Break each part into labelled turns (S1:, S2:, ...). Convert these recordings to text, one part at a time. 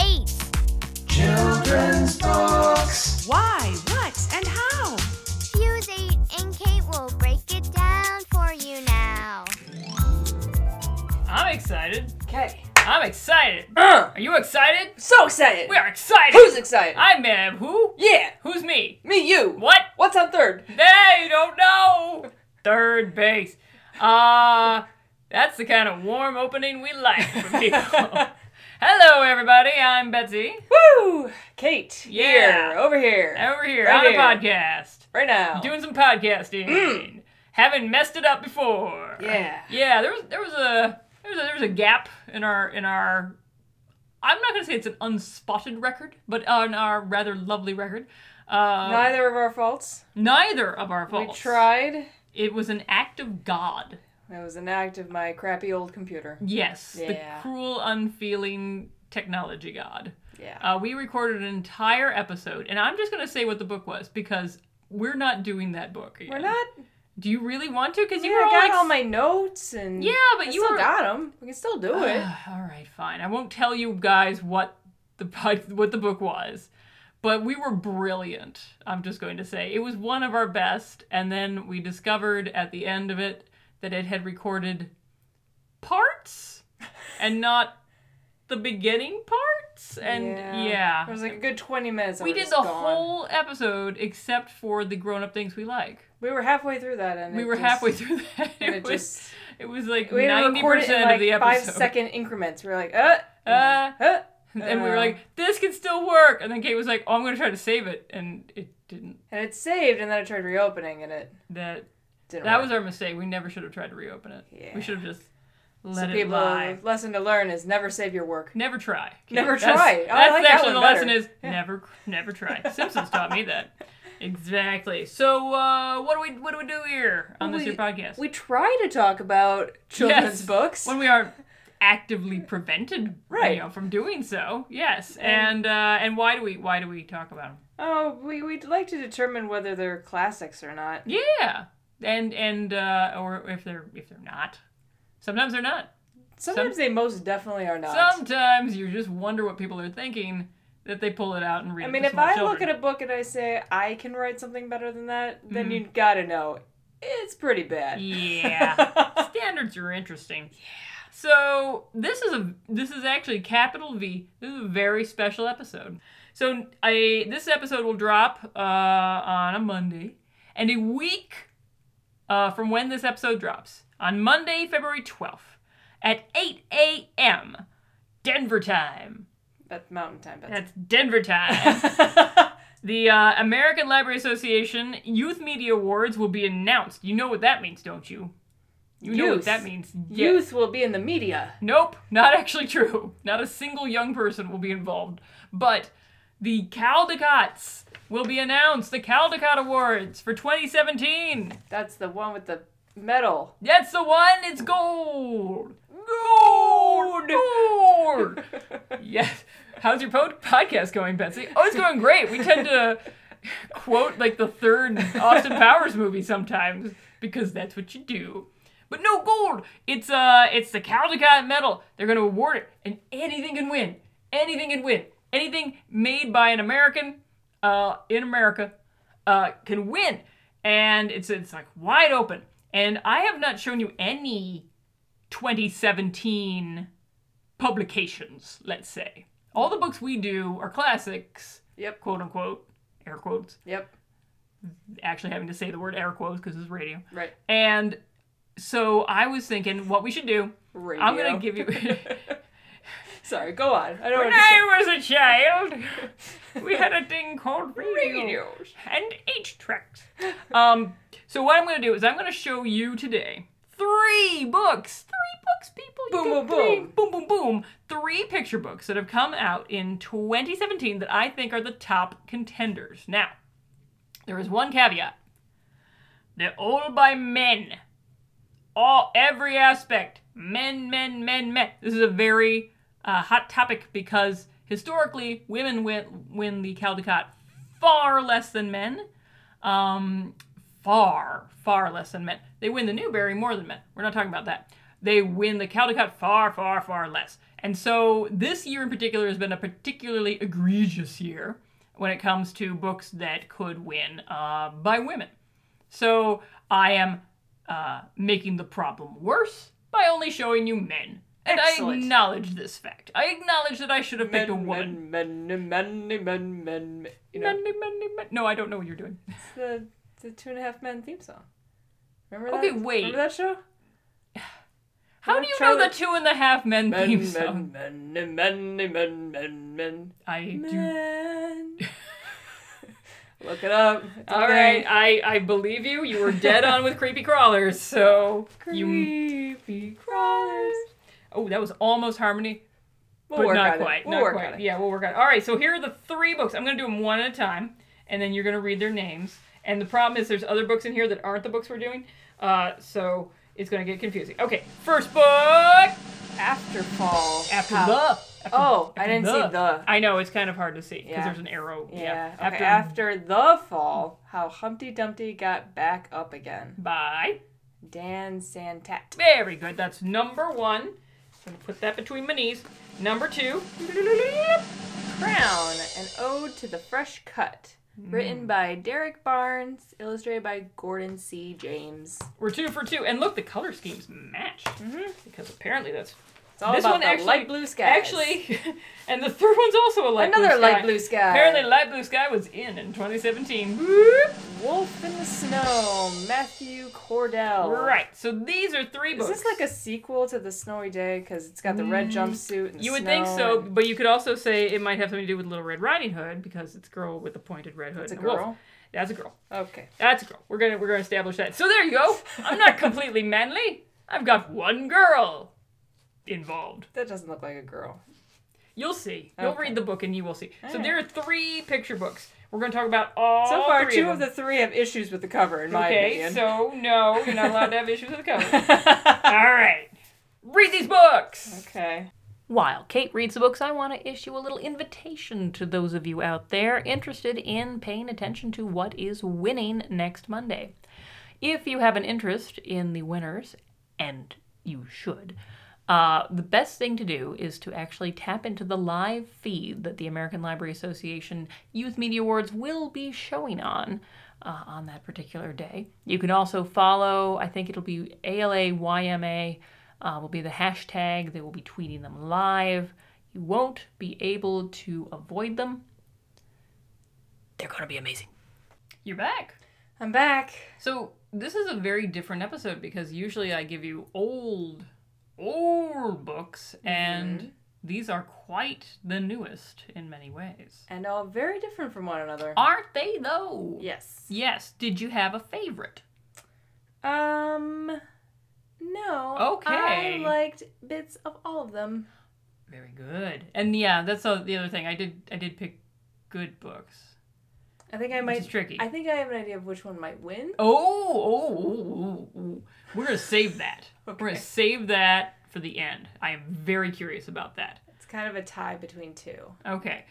S1: 8.
S2: Children's books.
S3: Why, what, and how?
S1: Fuse 8 and Kate will break it down for you now.
S4: I'm excited.
S5: Okay.
S4: I'm excited. Are you excited?
S5: Uh, So excited.
S4: We are excited.
S5: Who's excited?
S4: I'm mad. Who?
S5: yeah.
S4: Who's me?
S5: Me, you.
S4: What?
S5: What's on third?
S4: They don't know. Third base. Uh, that's the kind of warm opening we like from people. Hello, everybody. I'm Betsy.
S5: Woo! Kate.
S4: Yeah.
S5: Here. Over here.
S4: Over here
S5: Right
S4: on
S5: here.
S4: a podcast.
S5: Right now.
S4: Doing some podcasting. Haven't messed it up before.
S5: Mm. yeah.
S4: Yeah, there was there was a there was a, there was a gap in our in our. I'm not gonna say it's an unspotted record, but on our rather lovely record. Uh, neither,
S5: Neither of our faults.
S4: of our faults.
S5: We tried.
S4: It was an act of God.
S5: That was an act of my crappy old computer.
S4: Yes,
S5: Yeah.
S4: the cruel, unfeeling technology God.
S5: Yeah.
S4: Uh, we recorded an entire episode, and I'm just gonna say what the book was because we're not doing that book. Again.
S5: We're not.
S4: Do you really want to? Because you
S5: Yeah, I
S4: were all
S5: got
S4: like,
S5: all my notes and.
S4: Yeah, but
S5: I
S4: you
S5: still
S4: were-
S5: got them. We can still do it.
S4: All right, fine. I won't tell you guys what the pod- what the book was, but we were brilliant. I'm just going to say it was one of our best. And then we discovered at the end of it that it had recorded parts and not the beginning parts. And yeah,
S5: It was like a good 20 minutes. that
S4: we
S5: were
S4: did
S5: just
S4: the
S5: gone.
S4: whole episode except for the grown up things we like.
S5: We were halfway through that, and
S4: We
S5: it
S4: were
S5: just-
S4: halfway through that.
S5: And it
S4: It was
S5: just.
S4: it was like
S5: We had to
S4: ninety
S5: record it in
S4: percent
S5: like
S4: of the
S5: five
S4: episode.
S5: second increments. We were like, uh,
S4: Uh,
S5: uh.
S4: And we were
S5: Uh,
S4: like, this can still work. And then Kate was like, oh, I'm going to try to save it. And it didn't.
S5: And it saved, and then I tried reopening, and it
S4: That
S5: didn't
S4: that
S5: work.
S4: was our mistake. We never should have tried to reopen it.
S5: Yeah.
S4: We should have just
S5: so
S4: let it
S5: people,
S4: lie.
S5: lesson to learn is never save your work.
S4: Never try. Kate.
S5: Never
S4: That's-
S5: try. Oh, I
S4: That's,
S5: like that one
S4: actually the
S5: better.
S4: lesson is never, never try. Simpsons taught me that. Exactly. So uh, what do we what do we do here on this
S5: We-
S4: here podcast?
S5: We try to talk about children's
S4: Yes.
S5: books.
S4: when we are actively prevented
S5: Right.
S4: you know, from doing so. Yes. And uh, and why do we why do we talk about them?
S5: oh, we we'd like to determine whether they're classics or not.
S4: Yeah, and and uh, or if they're if they're not, sometimes they're not.
S5: Sometimes they most definitely are not.
S4: Sometimes you just wonder what people are thinking that they pull it out and read.
S5: I
S4: it
S5: mean,
S4: to
S5: if
S4: small
S5: I
S4: children.
S5: look at a book and I say I can write something better than that,
S4: Mm-hmm.
S5: then you gotta know it's pretty bad.
S4: yeah, standards are interesting. Yeah. So this is a this is actually capital V. This is a very special episode. So I this episode will drop uh, on a Monday, and a week uh, from when this episode drops on Monday, February twelfth, at eight a.m. Denver time.
S5: That's mountain time. That's,
S4: That's Denver time. The uh, American Library Association Youth Media Awards will be announced. You know what that means, don't you? You know
S5: Youth.
S4: what that means. Yeah.
S5: Youth will be in the media.
S4: Nope, not actually true. Not a single young person will be involved. But the Caldecots will be announced. The Caldecott Awards for 2017.
S5: That's the one with the medal.
S4: That's the one. It's gold. Gold. Gold. yes. How's your pod- podcast going, Betsy? Oh, it's going great. We tend to quote like the third Austin Powers movie sometimes because that's what you do. But no gold. It's uh, it's the Caldecott Medal. They're going to award it, and anything can win. Anything can win. Anything made by an American uh, in America uh, can win. And it's it's like wide open. And I have not shown you any 2017 publications, let's say. All the books we do are classics,
S5: Yep.
S4: quote unquote, air quotes.
S5: Yep.
S4: Actually, having to say the word air quotes because it's radio.
S5: Right.
S4: And so I was thinking, what we should do?
S5: Radio.
S4: I'm gonna give you.
S5: Sorry, go on. I don't
S4: When
S5: understand.
S4: I was a child, we had a thing called radio,
S5: Radios.
S4: and eight tracks. Um, so what I'm going to do is I'm going to show you today three books, three books, people. You
S5: Boom,
S4: get
S5: boom,
S4: three-
S5: boom.
S4: boom, boom, boom. Three picture books that have come out in 2017 that I think are the top contenders. Now, There is one caveat. They're all by men. All every aspect. Men, men, men, men. This is a very uh, hot topic because historically women win win the Caldecott far less than men. Um, far, far less than men. They win the Newberry more than men. We're not talking about that. They win the Caldecott far, far, far less. And so this year in particular has been a particularly egregious year when it comes to books that could win uh, by women. So I am uh, making the problem worse by only showing you men. And I
S5: Excellent.
S4: acknowledge this fact. I acknowledge that I should have picked a
S5: Men,
S4: woman.
S5: men, men, men, men, men, men, you know,
S4: Many, many, many- No, I don't know what you're doing.
S5: it's the, the Two and a Half Men theme song. Remember that?
S4: Okay, wait.
S5: Remember that show?
S4: How
S5: We're
S4: do you
S5: trying
S4: know the
S5: to-
S4: two and a half men,
S5: Men,
S4: theme song?
S5: men, men, men, men, men, men, men,
S4: I do.
S5: men. Look it up.
S4: All right, I I believe you. You were dead on with creepy crawlers, so you.
S5: Creepy crawlers.
S4: Oh, that was almost harmony,
S5: We'll
S4: but
S5: work on
S4: not
S5: it.
S4: quite.
S5: We'll
S4: not
S5: work
S4: quite.
S5: on it.
S4: Yeah, we'll work on it. All right, so here are the three books. I'm gonna do them one at a time, and then you're gonna read their names. And the problem is, there's other books in here that aren't the books we're doing, uh, so it's gonna get confusing. Okay, first book.
S5: Afterfall.
S4: After
S5: How-
S4: the. After,
S5: Oh, I
S4: after
S5: didn't see the.
S4: I know it's kind of hard to see because
S5: Yeah.
S4: there's an arrow. Yeah.
S5: Yeah.
S4: After,
S5: Okay, after the fall, how Humpty Dumpty got back up again.
S4: bye.
S5: Dan Santat.
S4: Very good. That's number one. I'm gonna put that between my knees. Number two.
S5: Crown, an ode to the fresh cut.
S4: Hmm.
S5: Written by Derek Barnes, illustrated by Gordon C. James.
S4: We're two for two. And look, the color schemes match. Because apparently that's
S5: It's Mm-hmm. all
S4: This
S5: about
S4: one
S5: the
S4: actually-
S5: light blue sky.
S4: actually, and the third one's also a light
S5: another
S4: blue sky.
S5: light blue sky.
S4: Apparently, light blue sky was in in 2017. Whoop.
S5: Wolf in the Snow, Matthew Cordell.
S4: Right. So these are three
S5: Is
S4: books.
S5: this like a sequel to The Snowy Day? Because it's got the red jumpsuit and the
S4: Mm, You would
S5: snow
S4: think so,
S5: and-
S4: but you could also say it might have something to do with Little Red Riding Hood because it's a girl with a pointed red hood.
S5: It's a
S4: and wolf.
S5: girl.
S4: That's a girl.
S5: Okay.
S4: That's a girl. We're gonna we're gonna establish that. So there you go. I'm not completely manly. I've got one girl involved.
S5: That doesn't look like a girl.
S4: You'll see. You'll
S5: Okay.
S4: read the book and you will see. So
S5: right.
S4: there are three picture books. We're gonna talk about all.
S5: So far,
S4: three
S5: two
S4: of
S5: of the
S4: them.
S5: three have issues with the cover, in my
S4: Okay,
S5: opinion.
S4: so no, you're not allowed to have issues with the cover. all right, read these books.
S5: okay.
S4: While Kate reads the books, I want to issue a little invitation to those of you out there interested in paying attention to what is winning next Monday. If you have an interest in the winners, and you should, uh, the best thing to do is to actually tap into the live feed that the American Library Association Youth Media Awards will be showing on uh, on that particular day. You can also follow, I think it'll be ALAYMA uh, will be the hashtag. They will be tweeting them live. You won't be able to avoid them. They're going to be amazing. You're back.
S5: I'm back.
S4: So this is a very different episode because usually I give you old, old books, and these are quite the newest in many ways.
S5: And all very different from one another.
S4: Aren't they though?
S5: Yes.
S4: Yes. Did you have a favorite?
S5: Um. No.
S4: Okay.
S5: I liked bits of all of them.
S4: Very good. And yeah, that's uh, the other thing. I did. I did pick good books.
S5: I think I might.
S4: is tricky.
S5: I think I have an idea of which one might win.
S4: Oh, oh, oh, oh, oh. we're gonna save that. We're
S5: Okay.
S4: gonna save that for the end. I am very curious about that.
S5: It's kind of a tie between two.
S4: Okay.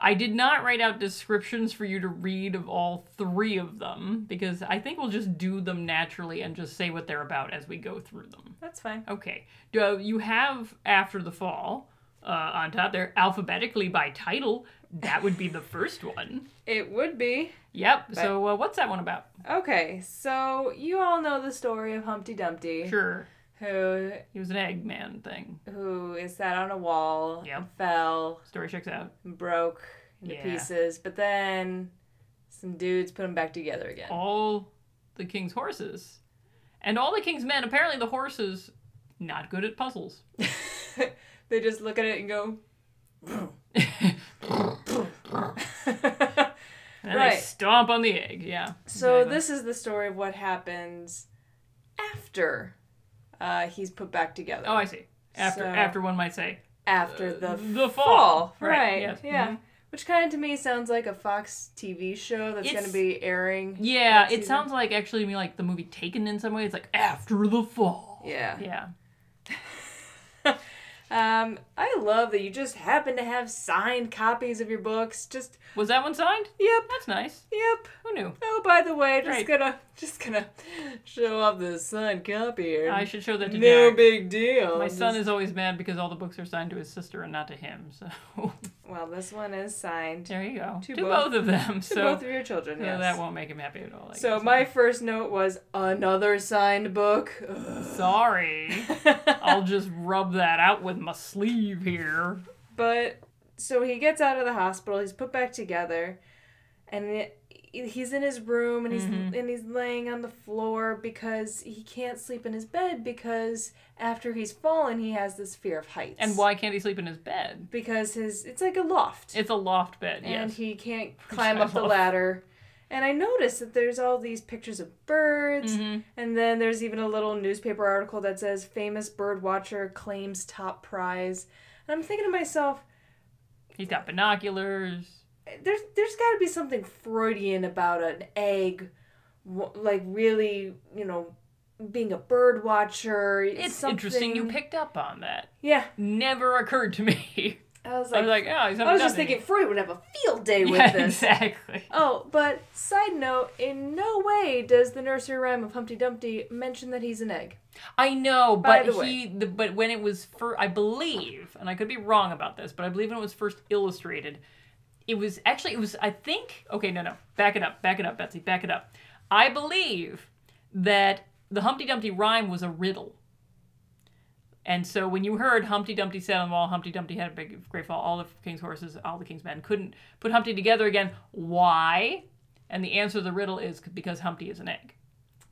S4: I did not write out descriptions for you to read of all three of them because I think we'll just do them naturally and just say what they're about as we go through them.
S5: That's fine.
S4: Okay. Do you have after the fall uh, on top there alphabetically by title? That would be the first one.
S5: It would be.
S4: Yep. so uh, what's that one about?
S5: Okay, so you all know the story of Humpty Dumpty,
S4: Sure,
S5: who
S4: he was an Eggman thing.
S5: who is sat on a wall,
S4: Yep.
S5: and fell,
S4: Story checks out.
S5: and broke into
S4: Yeah.
S5: pieces, but then some dudes put him back together again.
S4: Oh. all the king's horses and all the king's men apparently the horses not good at puzzles
S5: they just look at it and go.
S4: and they
S5: Right.
S4: stomp on the egg yeah
S5: so
S4: exactly.
S5: this is the story of what happens after uh, he's put back together.
S4: oh i see after
S5: So-
S4: after one might say
S5: after the fall,
S4: the fall. Right,
S5: right?
S4: yes,
S5: Yeah,
S4: mhm.
S5: Which kind of to me sounds like a Fox TV show that's going
S4: It's-
S5: to be airing.
S4: Yeah,
S5: next
S4: it
S5: season.
S4: sounds like actually me like the movie Taken in some way. It's like after the fall.
S5: Yeah.
S4: Yeah.
S5: Um, I love that you just happen to have signed copies of your books. Just
S4: Was that one signed?
S5: yep,
S4: That's nice.
S5: yep.
S4: Who knew?
S5: Oh, by the way, just
S4: Right.
S5: gonna just gonna show off the signed copy here.
S4: I should show that to
S5: no
S4: Jack.
S5: big deal.
S4: My son
S5: Just-
S4: is always mad because all the books are signed to his sister and not to him. So
S5: Well, this one is signed to
S4: there you go.
S5: To
S4: to both,
S5: both-
S4: of them. so
S5: both of your children.
S4: so
S5: yes.
S4: that won't make him happy at all. I
S5: So
S4: guess.
S5: my first note was another signed book. Ugh.
S4: sorry. I'll just rub that out with my sleeve here.
S5: But so he gets out of the hospital. He's put back together, and it- he's in his room and he's
S4: Mm-hmm.
S5: and he's laying on the floor because he can't sleep in his bed because after he's fallen he has this fear of heights.
S4: And why can't he sleep in his bed?
S5: Because his it's like a loft,
S4: It's a loft bed.
S5: and
S4: yes.
S5: he can't climb
S4: I
S5: up the
S4: love.
S5: ladder. And I noticed that there's all these pictures of birds,
S4: Mm-hmm.
S5: and then there's even a little newspaper article that says famous bird watcher claims top prize. And I'm thinking to myself,
S4: He's got binoculars.
S5: there's there's got to be something Freudian about an egg, w- like really, you know, being a bird watcher.
S4: It's interesting you picked up on that.
S5: Yeah,
S4: Never occurred to me.
S5: I was
S4: I
S5: like,
S4: was like, oh, he's not
S5: I was just thinking Freud would have a field day with
S4: yeah,
S5: this.
S4: exactly.
S5: Oh, but side note, in no way does the nursery rhyme of Humpty Dumpty mention that he's an egg.
S4: I know,
S5: By
S4: but
S5: the way.
S4: he, the, but when it was first, I believe, and I could be wrong about this, but I believe when it was first illustrated, it was actually it was I think okay no no back it up back it up Betsy back it up. I believe that the Humpty Dumpty rhyme was a riddle. And so when you heard Humpty Dumpty sat on the wall, Humpty Dumpty had a big great fall, all the king's horses, all the king's men couldn't put Humpty together again. Why? And the answer to the riddle is because Humpty is an egg.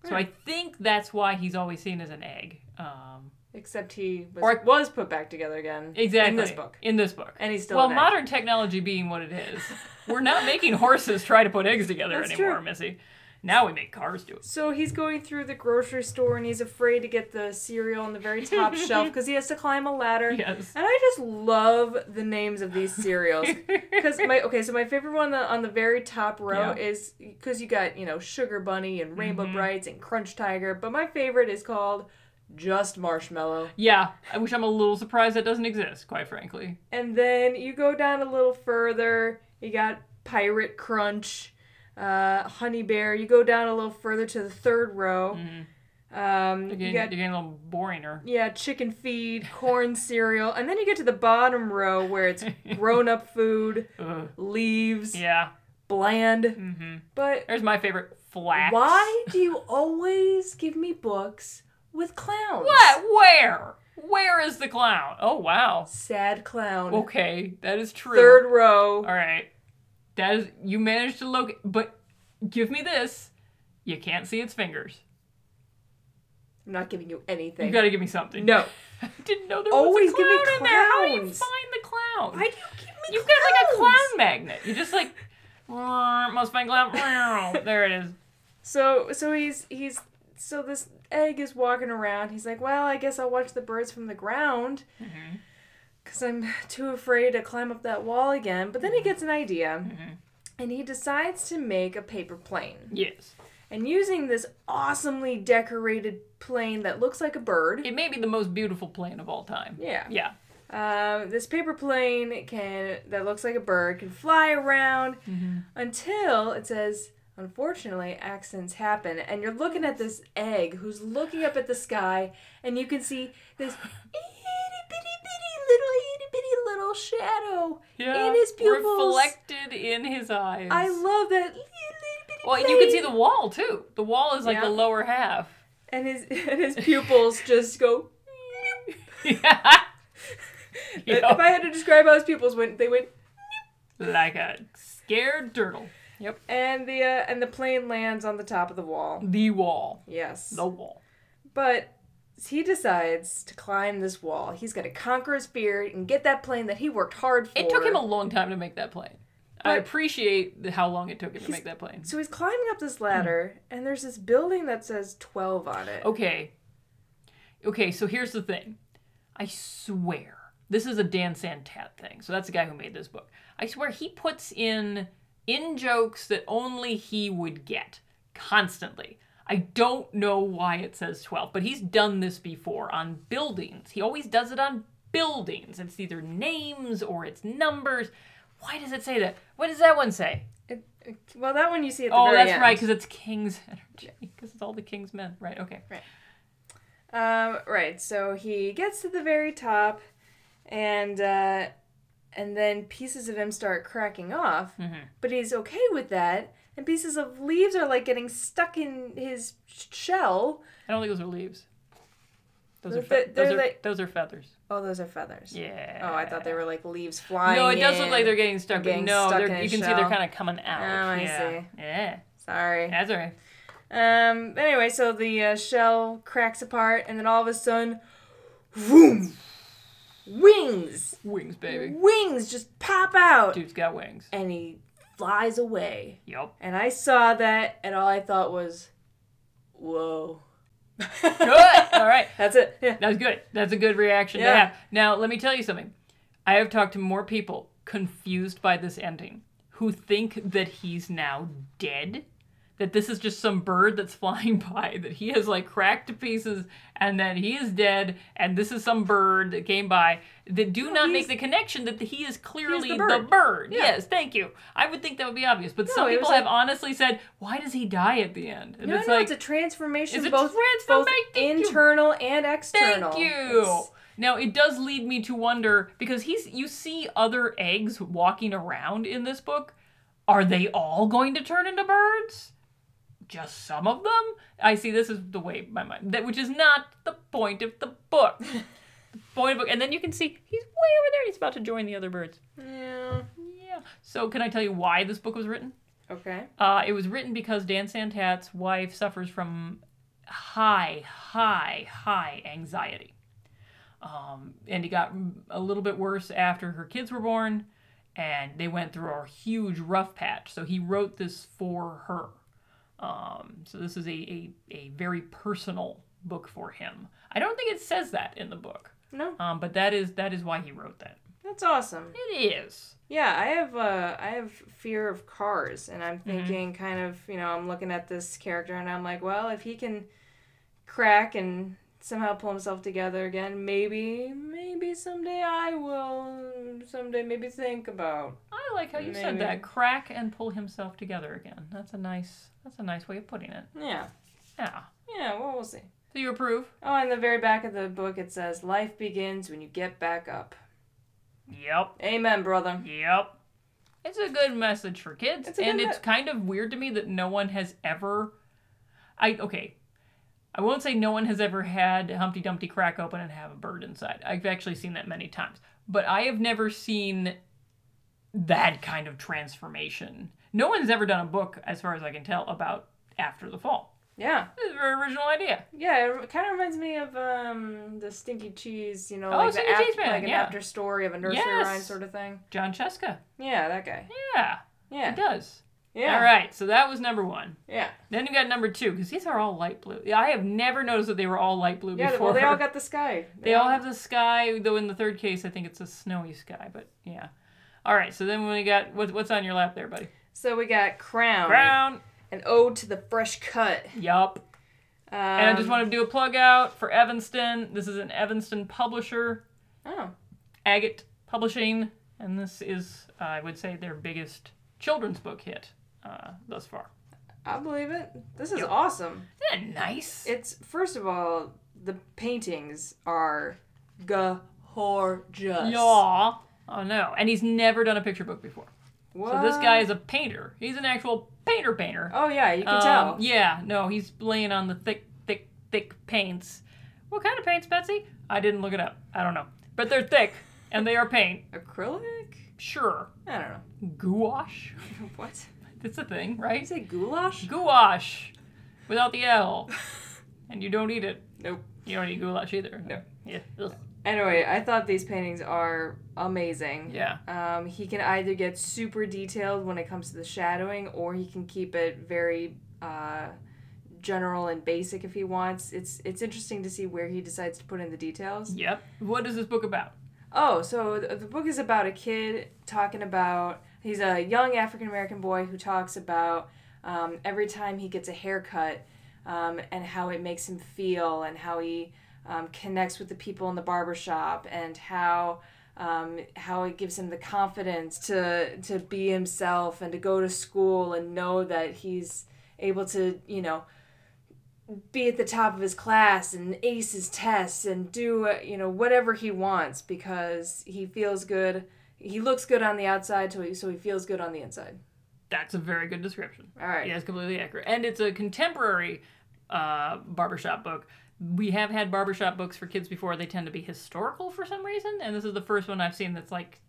S4: So I think that's why he's always seen as an egg. Um,
S5: Except he was,
S4: Or-
S5: was put back together again
S4: exactly.
S5: in this book.
S4: In this book.
S5: And he's still
S4: Well,
S5: an egg.
S4: modern technology being what it is, we're not making horses try to put eggs together
S5: That's
S4: anymore,
S5: true.
S4: Missy. Now we make cars do it.
S5: So he's going through the grocery store and he's afraid to get the cereal on the very top shelf because he has to climb a ladder.
S4: Yes.
S5: And I just love the names of these cereals because my okay, so my favorite one the, on the very top row
S4: Yeah. Mm-hmm.
S5: is because you got you know Sugar Bunny and Rainbow Brights and Crunch Tiger, but my favorite is called just marshmallow.
S4: Yeah, I wish I'm a little surprised that doesn't exist, quite frankly.
S5: And then you go down a little further, you got Pirate Crunch, uh, Honey Bear. You go down a little further to the third row.
S4: Mm-hmm.
S5: Um,
S4: You're
S5: you
S4: getting,
S5: got
S4: you're getting a little boringer.
S5: Yeah, chicken feed, corn cereal, and then you get to the bottom row where it's grown up food,
S4: Ugh.
S5: leaves,
S4: Yeah. mm-hmm.
S5: bland. But
S4: There's my favorite flax.
S5: why do you always give me books with clowns?
S4: What? Where? Where is the clown? Oh, wow.
S5: Sad clown.
S4: Okay, that is true.
S5: Third row.
S4: All right. That is you managed to locate but give me this. You can't see its fingers.
S5: I'm not giving you anything.
S4: You got to give me something.
S5: no.
S4: I didn't know there
S5: Always
S4: was a
S5: give me
S4: clown in there. How do you
S5: clowns.
S4: find the clown?
S5: Why do you give me
S4: you got like a
S5: clowns?
S4: clown magnet. You just like must find clown. there it is.
S5: So so he's he's so this egg is walking around. He's like, well, I guess I'll watch the birds from the ground, because I'm too afraid to climb up that wall again. But then he gets an idea, and he decides to make a paper plane.
S4: Yes.
S5: And using this awesomely decorated plane that looks like a bird,
S4: It may be the most beautiful plane of all time.
S5: Yeah.
S4: Yeah.
S5: um, this paper plane can that looks like a bird can fly around
S4: Mm-hmm.
S5: until it says unfortunately accidents happen and you're looking at this egg who's looking up at the sky and you can see this itty bitty bitty little itty bitty little shadow
S4: Yeah.
S5: in his pupils.
S4: Reflected in his eyes.
S5: I love that little itty bitty
S4: Well, and you can see
S5: plane.
S4: the wall too. The wall is like
S5: Yeah.
S4: the lower half.
S5: and his and his pupils just go.
S4: yeah. You know,
S5: If I had to describe how his pupils went, they went
S4: like a scared turtle. Yep.
S5: and the uh, and the plane lands on the top of the wall.
S4: The wall.
S5: Yes.
S4: The wall.
S5: But he decides to climb this wall. He's going to conquer his fear and get that plane that he worked hard for.
S4: It took him a long time to make that plane. I
S5: But-
S4: appreciate the- how long it took him to make that plane.
S5: So he's climbing up this ladder, and there's this building that says
S4: Oh.
S5: 12 on it.
S4: Okay. Okay, so here's the thing. I swear This is a Dan Santat thing. So that's the guy who made this book. I swear he puts in in jokes that only he would get constantly. I don't know why it says 12, but he's done this before on buildings. He always does it on buildings. It's either names or it's numbers. Why does it say that? What does that one say?
S5: It, it- well, that one you see at the
S4: Oh,
S5: very
S4: that's
S5: end.
S4: right, because it's king's energy. Because it's all the king's men. Right, okay.
S5: Um, right. So he gets to the very top, and uh, and then pieces of him start cracking off.
S4: Mm-hmm.
S5: But he's okay with that, and pieces of leaves are like getting stuck in his sh- shell.
S4: I don't think those are leaves. Those are,
S5: They're fe-
S4: fe- those,
S5: they're
S4: are
S5: like-
S4: those are feathers.
S5: Oh, those are feathers.
S4: Yeah.
S5: Oh, I thought they were like leaves flying.
S4: No, it does look
S5: in.
S4: like they're getting stuck.
S5: getting
S4: but no,
S5: stuck
S4: they're,
S5: in
S4: you
S5: his
S4: can see they're
S5: shell.
S4: kind of coming out.
S5: Oh, I
S4: yeah.
S5: see.
S4: Yeah,
S5: Sorry.
S4: that's all right.
S5: Um. Anyway, so the uh, shell cracks apart, and then all of a sudden, boom, wings,
S4: Wings, baby.
S5: wings just pop out,
S4: Dude's got wings.
S5: and he flies away.
S4: Yup.
S5: And I saw that, and all I thought was, "Whoa."
S4: Good. all right.
S5: That's it. Yeah.
S4: That was good. That's a good reaction to
S5: Yeah.
S4: have. Now, let me tell you something. I have talked to more people confused by this ending who think that he's now dead, that this is just some bird that's flying by, that he has like cracked to pieces and that he is dead and this is some bird that came by that do not make
S5: he's-
S4: the connection that he is clearly the bird.
S5: bird.
S4: Yes, thank you. I would think that would be obvious, but some
S5: it was
S4: people
S5: like-
S4: have honestly said, why does he die at the end? And
S5: No,
S4: it's
S5: no,
S4: like
S5: it's a transformation,
S4: It's a
S5: both, both
S4: transformation. Thank you.
S5: internal and external.
S4: Thank you.
S5: It's-
S4: Now it does lead me to wonder because he's you see other eggs walking around in this book. Are they all going to turn into birds? Just some of them? I see this is the way my mind that which is not the point of the book. the point of the book and then you can see he's way over there, he's about to join the other birds.
S5: yeah.
S4: Yeah. So can I tell you why this book was written?
S5: Okay.
S4: Uh, it was written because Dan Santat's wife suffers from high, high, high anxiety. Um, and it got a little bit worse after her kids were born, and they went through a huge rough patch. So he wrote this for her. Um, so this is a, a, a very personal book for him. I don't think it says that in the book,
S5: No,
S4: um, but that is that is why he wrote that.
S5: that's awesome.
S4: It is.
S5: Yeah, I have uh, I have fear of cars, and
S4: Mm-hmm.
S5: I'm thinking kind of you know I'm looking at this character, and I'm like, well, if he can crack and somehow pull himself together again, maybe maybe someday I will someday maybe think about
S4: I like how you said
S5: Maybe.
S4: that. Crack and pull himself together again. That's a nice. That's a nice way of putting it.
S5: yeah
S4: Yeah.
S5: yeah well we'll see.
S4: Do you approve?
S5: Oh, in the very back of the book it says, "Life begins when you get back up."
S4: Yep.
S5: Amen, brother.
S4: Yep. It's a good message for kids,
S5: It's a
S4: and
S5: good
S4: it's kind of weird to me that no one has ever. I okay. I won't say no one has ever had Humpty Dumpty crack open and have a bird inside. I've actually seen that many times, but I have never seen that kind of transformation. No one's ever done a book, as far as I can tell, about after the fall.
S5: Yeah,
S4: It's a very original idea.
S5: yeah. It kind of reminds me of um the Stinky Cheese, you know,
S4: Oh,
S5: like, the
S4: Stinky
S5: after,
S4: Cheese Man,
S5: like an
S4: yeah.
S5: after story of a nursery
S4: Yes.
S5: rhyme sort of thing.
S4: John Cheska.
S5: Yeah, that guy.
S4: Yeah, it
S5: Yeah.
S4: does.
S5: Yeah.
S4: All right, so that was number one.
S5: Yeah.
S4: Then you got number two because these are all light blue. I have never noticed that they were all light blue
S5: Yeah.
S4: before.
S5: Well, they all got the sky.
S4: They all have the sky, though. In the third case, I think it's a snowy sky. But yeah. All right. So then we got what, what's on your lap there, buddy?
S5: So we got crown.
S4: Brown.
S5: An ode to the fresh cut.
S4: Yup.
S5: Um,
S4: And I just want to do a plug out for Evanston. This is an Evanston publisher,
S5: Oh.
S4: Agate Publishing, and this is, uh, I would say, their biggest children's book hit uh, thus far.
S5: I believe it. This is awesome.
S4: Isn't that nice?
S5: It's first of all, the paintings are gorgeous.
S4: Yaw. Oh no. And he's never done a picture book before. So this guy is a painter. He's an actual painter painter.
S5: Oh yeah, you can
S4: Um,
S5: tell.
S4: Yeah, no, he's laying on the thick, thick, thick paints. What kind of paints, Betsy? I didn't look it up. I don't know. But they're thick and they are paint.
S5: Acrylic?
S4: Sure.
S5: I don't know.
S4: Gouache?
S5: What?
S4: That's a thing,
S5: You
S4: right?
S5: say goulash?
S4: Gouache. Without the L. And you don't eat it.
S5: Nope.
S4: You don't eat goulash either.
S5: No.
S4: Yeah. Ugh.
S5: Anyway, I thought these paintings are amazing.
S4: Yeah.
S5: Um, he can either get super detailed when it comes to the shadowing, or he can keep it very uh, general and basic if he wants. It's it's interesting to see where he decides to put in the details.
S4: Yep. What is this book about?
S5: Oh, so the, the book is about a kid talking about he's a young African American boy who talks about um, every time he gets a haircut um, and how it makes him feel and how he um, connects with the people in the barbershop and how um, how it gives him the confidence to to be himself and to go to school and know that he's able to you know be at the top of his class and ace his tests and do uh, you know whatever he wants because he feels good he looks good on the outside so he, so he feels good on the inside
S4: That's a very good description.
S5: All right.
S4: Yeah, it's completely accurate. And it's a contemporary uh, barbershop book. We have had barbershop books for kids before. They tend to be historical for some reason. And this is the first one I've seen that's like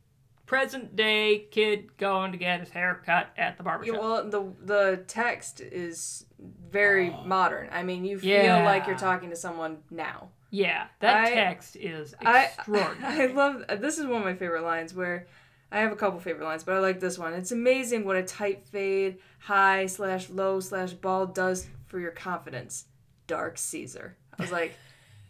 S4: present day kid going to get his hair cut at the barbershop.
S5: Yeah, well the the text is very modern i mean you feel
S4: Yeah.
S5: like you're talking to someone now
S4: yeah, that
S5: I-
S4: text is
S5: I,
S4: extraordinary.
S5: I love uh, this is one of my favorite lines where I have a couple favorite lines, but I like this one. It's amazing what a tight fade, high slash low slash ball does for your confidence. Dark Caesar. I was like,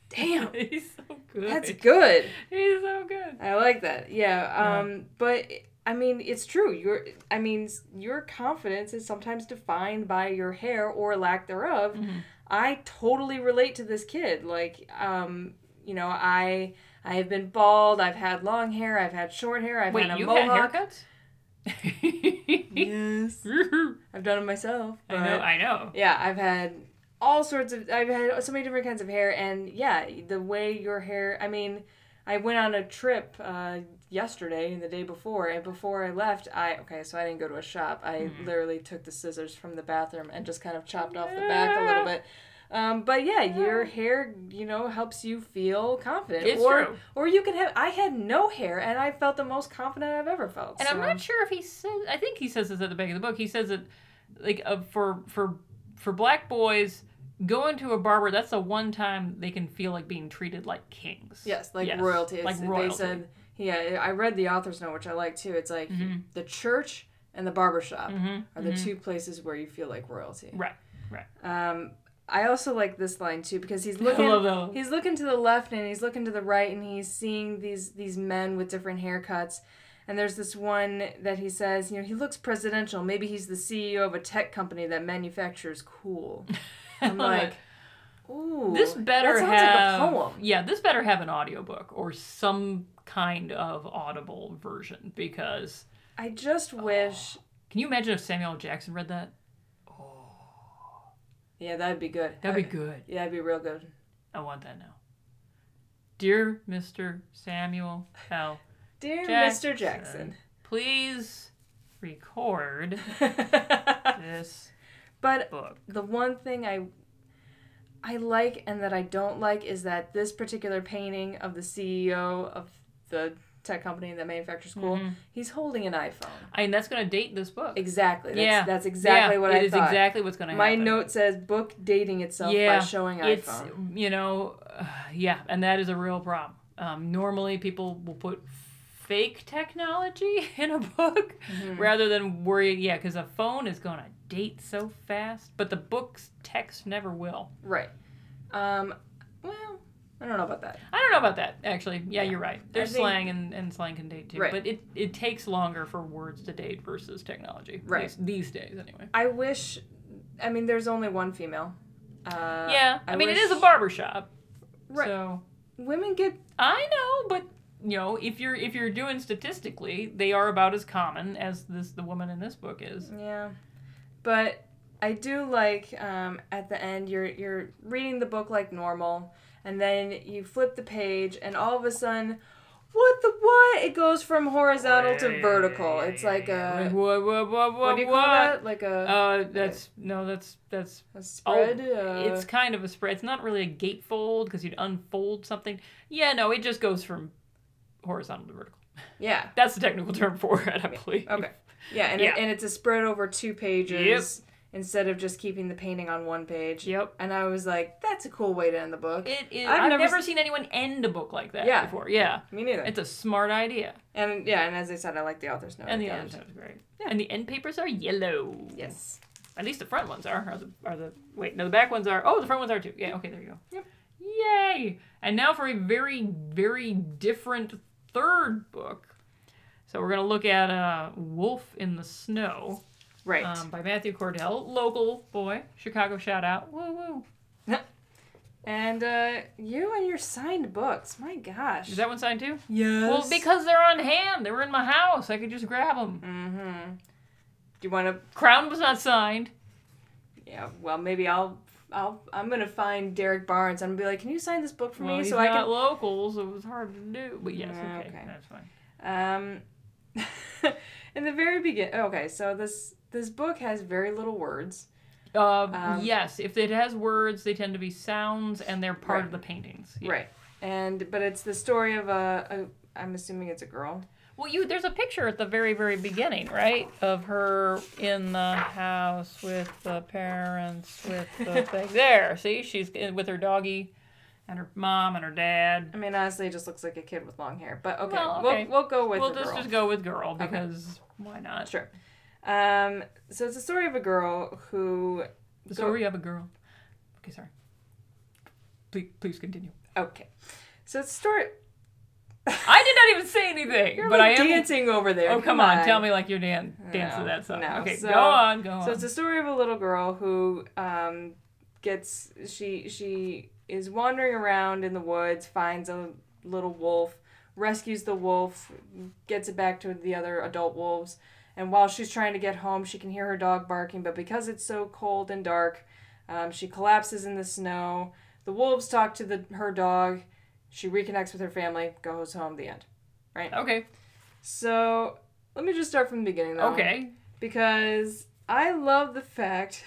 S5: damn,
S4: He's so good.
S5: that's good.
S4: He's so good.
S5: I like that. Yeah. Um. But I mean, it's true. Your I mean, s- your confidence is sometimes defined by your hair or lack thereof.
S4: Mm-hmm.
S5: I totally relate to this kid. Like, um, you know, I I have been bald. I've had long hair. I've had short hair. I've
S4: Wait,
S5: had a
S4: you
S5: mohawk.
S4: had haircuts?
S5: yes. I've done it myself.
S4: I
S5: But
S4: know, I know.
S5: yeah, I've had all sorts of I've had so many different kinds of hair and yeah, the way your hair I mean, I went on a trip uh, yesterday and the day before and before I left I okay, so I didn't go to a shop. I
S4: Mm-hmm.
S5: literally took the scissors from the bathroom and just kind of chopped off the back a little bit. Um, but yeah, your hair, you know, helps you feel confident.
S4: It's
S5: or,
S4: true.
S5: Or you can have. I had no hair, and I felt the most confident I've ever felt.
S4: And I'm
S5: so-
S4: not sure if he says. I think he says this at the back of the book. He says that, like, uh, for for for black boys going to a barber, that's the one time they can feel like being treated like kings.
S5: Yes, like royalty. It's-
S4: Like royalty.
S5: They said, yeah, I read the author's note, which I like too. It's like
S4: Mm-hmm.
S5: the church and the barbershop are the two places where you feel like royalty.
S4: Right. Right.
S5: Um, I also like this line too because he's looking
S4: love that one.
S5: he's looking to the left and he's looking to the right and he's seeing these these men with different haircuts. And there's this one that he says, you know, he looks presidential. Maybe he's the CEO of a tech company that manufactures cool. I'm
S4: love
S5: like, ooh,
S4: This better
S5: that sounds
S4: have
S5: like a poem.
S4: Yeah, this better have an audiobook or some kind of audible version because
S5: I just wish
S4: can you imagine if Samuel L. Jackson read that?
S5: Yeah, that'd be good.
S4: That'd be good.
S5: Yeah, that'd be real good.
S4: I want that now. Dear Mr. Samuel L.
S5: Dear Mr. Jackson.
S4: Please record this
S5: but
S4: book.
S5: the one thing I I like and that I don't like is that this particular painting of the CEO of the tech company that manufactures cool,
S4: Mm-hmm.
S5: he's holding an iPhone.
S4: I mean, that's going to date this book.
S5: Exactly. That's,
S4: yeah,
S5: that's exactly
S4: Yeah,
S5: what
S4: It
S5: I
S4: is
S5: thought.
S4: exactly what's going to
S5: My
S4: happen.
S5: note says book dating itself
S4: yeah,
S5: by showing iPhone.
S4: it's you know, uh, yeah, and that is a real problem. Um, normally, people will put fake technology in a book
S5: Mm-hmm.
S4: rather than worry. Yeah, because a phone is going to date so fast, but the book's text never will.
S5: Right. Um well, I don't know about that.
S4: I don't know about that, actually. Yeah, you're right. There's
S5: think-
S4: slang and, and slang can date too.
S5: Right.
S4: But it, it takes longer for words to date versus technology.
S5: Right.
S4: These, these days, anyway.
S5: I wish I mean there's only one female. Uh,
S4: yeah. I, mean, it is a
S5: wish-
S4: barbershop.
S5: Right.
S4: So
S5: Women get
S4: I know, but you know, if you're if you're doing statistically, they are about as common as this the woman in this book is.
S5: Yeah, but I do like um, at the end you're you're reading the book like normal, and then you flip the page, and all of a sudden, what the what? It goes from horizontal to vertical. It's like
S4: Like,
S5: a
S4: what what what what
S5: Uh, what do you call
S4: what?
S5: that? Like a,
S4: Uh, that's no, that's that's
S5: a
S4: Oh,
S5: spread. uh,
S4: it's kind of a spread. It's not really a gatefold because you'd unfold something. Yeah, no, it just goes from horizontal to vertical.
S5: yeah.
S4: That's the technical term for it, I believe.
S5: Okay. Yeah, and
S4: Yeah.
S5: It, and it's a spread over two pages instead of just keeping the painting on one page.
S4: Yep.
S5: And I was like, that's a cool way to end the book.
S4: It is.
S5: I've
S4: I've,
S5: never
S4: never,
S5: s-
S4: seen anyone end a book like that
S5: Yeah.
S4: before. Yeah.
S5: Me neither.
S4: It's a smart idea.
S5: and yeah, and as I said, I like the author's note.
S4: And
S5: at
S4: the other
S5: end.
S4: stuff is great. And the end papers are yellow.
S5: Yes.
S4: At least the front ones are. Are the, are the wait, no, the back ones are. Oh, the front ones are too. Yeah, okay, there you go.
S5: Yep.
S4: Yay! And now for a very, very different third book. So we're gonna look at uh, Wolf in the Snow
S5: Right.
S4: um, by Matthew Cordell, local boy, Chicago shout out, woo woo.
S5: and uh, you and your signed books. My gosh.
S4: Is that one signed too?
S5: yes.
S4: Well, because they're on hand, they were in my house. I could just grab them.
S5: Mm-hmm. Do you want to?
S4: Crown was not signed.
S5: Yeah. Well, maybe I'll. I'll. I'm gonna find Derek Barnes. I'm gonna be like, can you sign this book for
S4: Well,
S5: me
S4: he's
S5: so
S4: not
S5: I can?
S4: local, so it was hard to do. But yes,
S5: Yeah,
S4: okay,
S5: okay.
S4: that's fine.
S5: Um, in the very begin. Okay, so this this book has very little words.
S4: Um,
S5: Um,
S4: yes, if it has words, they tend to be sounds, and they're part
S5: Right.
S4: of the paintings. Yeah.
S5: Right. And but it's the story of a, a. I'm assuming it's a girl.
S4: Well, you there's a picture at the very very beginning, right, of her in the house with the parents with the thing. There, see, she's in- with her doggy, and her mom and her dad.
S5: I mean, honestly, it just looks like a kid with long hair. But okay,
S4: Well,
S5: we'll,
S4: okay.
S5: we'll go with
S4: We'll
S5: the
S4: just
S5: girl.
S4: just go with girl because why not?
S5: Sure. Um, so it's a story of a girl who.
S4: The story of a girl. Okay, sorry. Please, please continue.
S5: Okay. So it's a story.
S4: I did not even say anything,
S5: You're
S4: but
S5: like
S4: I am.
S5: dancing over there.
S4: Oh come on, tell me like you're dan- dance to
S5: No,
S4: that song.
S5: no.
S4: Okay,
S5: So-
S4: go on, go on.
S5: So it's a story of a little girl who um, gets she she is wandering around in the woods, finds a little wolf, rescues the wolf, gets it back to the other adult wolves, and while she's trying to get home, she can hear her dog barking, but because it's so cold and dark, um, she collapses in the snow. The wolves talk to the her dog. She reconnects with her family, goes home. The end.
S4: okay,
S5: So let me just start from the beginning. Though
S4: okay.
S5: because I love the fact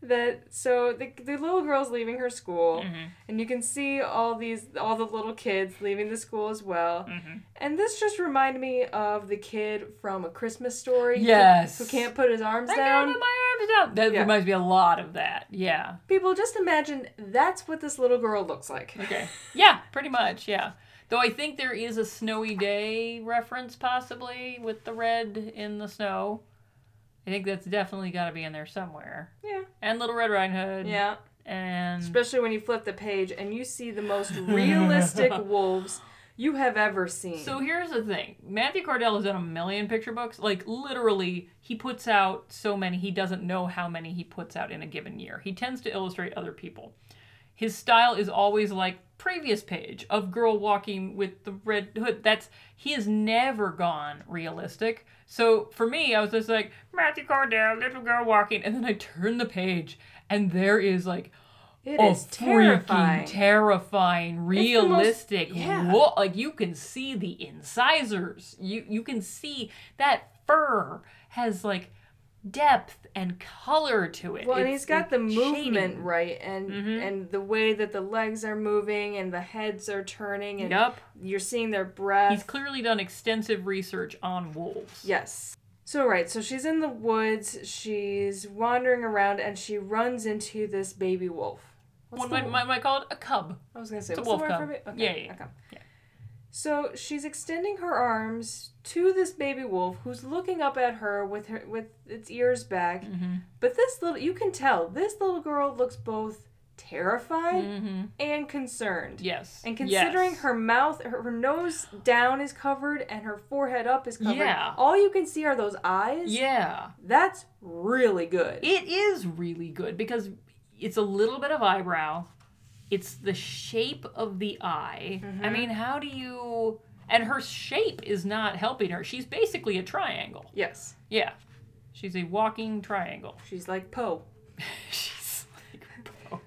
S5: that so the, the little girl's leaving her school
S4: Mm-hmm.
S5: and you can see all these all the little kids leaving the school as well
S4: Mm-hmm.
S5: and this just reminded me of the kid from a christmas story who-
S4: Yes.
S5: who can't put his arms
S4: I
S5: down
S4: gotta put my arms down. That
S5: Yeah.
S4: reminds me a lot of that. Yeah.
S5: people just imagine that's what this little girl looks like
S4: Okay. Yeah, pretty much. Yeah. Though I think there is a snowy day reference possibly with the red in the snow. I think that's definitely got to be in there somewhere.
S5: yeah
S4: And Little Red Riding Hood.
S5: yeah
S4: And
S5: especially when you flip the page and you see the most realistic wolves you have ever seen
S4: so here's the thing. Matthew Cordell has done a million picture books. Like literally, he puts out so many he doesn't know how many he puts out in a given year. He tends to illustrate other people. his style is always like previous page of girl walking with the red hood that's he has never gone realistic so for me i was just like matthew cordell little girl walking and then i turn the page and there is like
S5: it
S4: a
S5: is terrifying
S4: freaking Oh, terrifying
S5: the most-
S4: realistic
S5: yeah.
S4: wo- like you can see the incisors you you can see that fur has like depth and color to it
S5: Well, and
S4: It's,
S5: he's got the
S4: like, Mm-hmm.
S5: movement
S4: shading.
S5: right, and and the way that the legs are moving and the heads are turning, and
S4: Yup.
S5: you're seeing their
S4: He's
S5: breath.
S4: clearly done extensive research on wolves.
S5: yes. So right, so she's in the woods, she's wandering around, and she runs into this baby wolf.
S4: One might, might, might call it a cub.
S5: I was gonna say
S4: It's a
S5: what's
S4: wolf
S5: the word
S4: cub.
S5: for it? Okay.
S4: Yeah, yeah, yeah.
S5: okay.
S4: Yeah.
S5: So she's extending her arms to this baby wolf, who's looking up at her with her with its ears back.
S4: Mm-hmm.
S5: But this little, you can tell, this little girl looks both terrified and concerned.
S4: Yes.
S5: And considering
S4: Mm-hmm. Yes.
S5: her mouth, her, her nose down is covered and her forehead up is covered,
S4: Yeah.
S5: all you can see are those eyes.
S4: Yeah.
S5: That's really good.
S4: It is really good because it's a little bit of eyebrow. It's the shape of the eye. I
S5: Mm-hmm.
S4: mean, how do you. And her shape is not helping her. She's basically a triangle.
S5: yes.
S4: Yeah. She's a walking triangle.
S5: She's like Poe.
S4: She's like. Poe.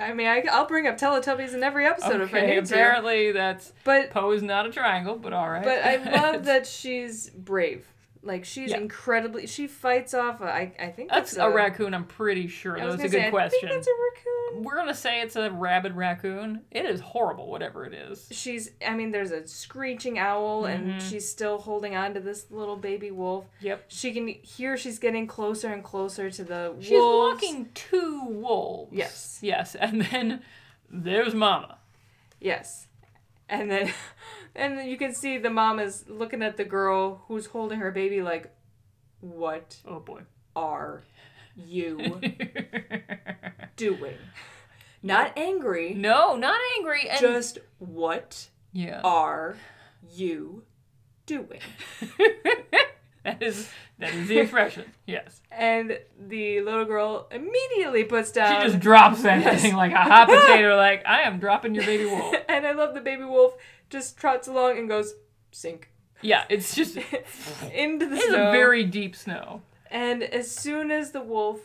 S5: I mean, I, I'll bring up Teletubbies in every episode if I
S4: Okay,
S5: need to.
S4: apparently that's.
S5: But
S4: Poe is not a triangle, but alright.
S5: but I love that she's brave. Like she's
S4: Yeah.
S5: incredibly. She fights off. A, I I think
S4: That's a raccoon, I'm pretty sure.
S5: I was
S4: That's a
S5: gonna
S4: good
S5: say,
S4: question.
S5: I think that's a raccoon.
S4: We're gonna say it's a rabid raccoon. It is horrible, whatever it is.
S5: She's. I mean, there's a screeching owl, and she's still holding on to this little baby wolf.
S4: Mm-hmm. Yep.
S5: She can hear she's getting closer and closer to the
S4: She's
S5: wolves.
S4: walking two wolves.
S5: Yes.
S4: Yes. And then there's Mama.
S5: Yes. And then, and then you can see the mom is looking at the girl who's holding her baby like, what
S4: Oh boy.
S5: are you doing? Not angry,
S4: no, not angry. And
S5: just what
S4: yeah.
S5: are you doing?
S4: that is that is the impression. Yes.
S5: And the little girl immediately puts down.
S4: She just drops that thing like a hot potato, like, I am dropping your baby wool.
S5: and I love the baby wolf just trots along and goes sink
S4: Yeah, it's just
S5: into the
S4: it's
S5: snow.
S4: a very deep snow.
S5: And as soon as the wolf,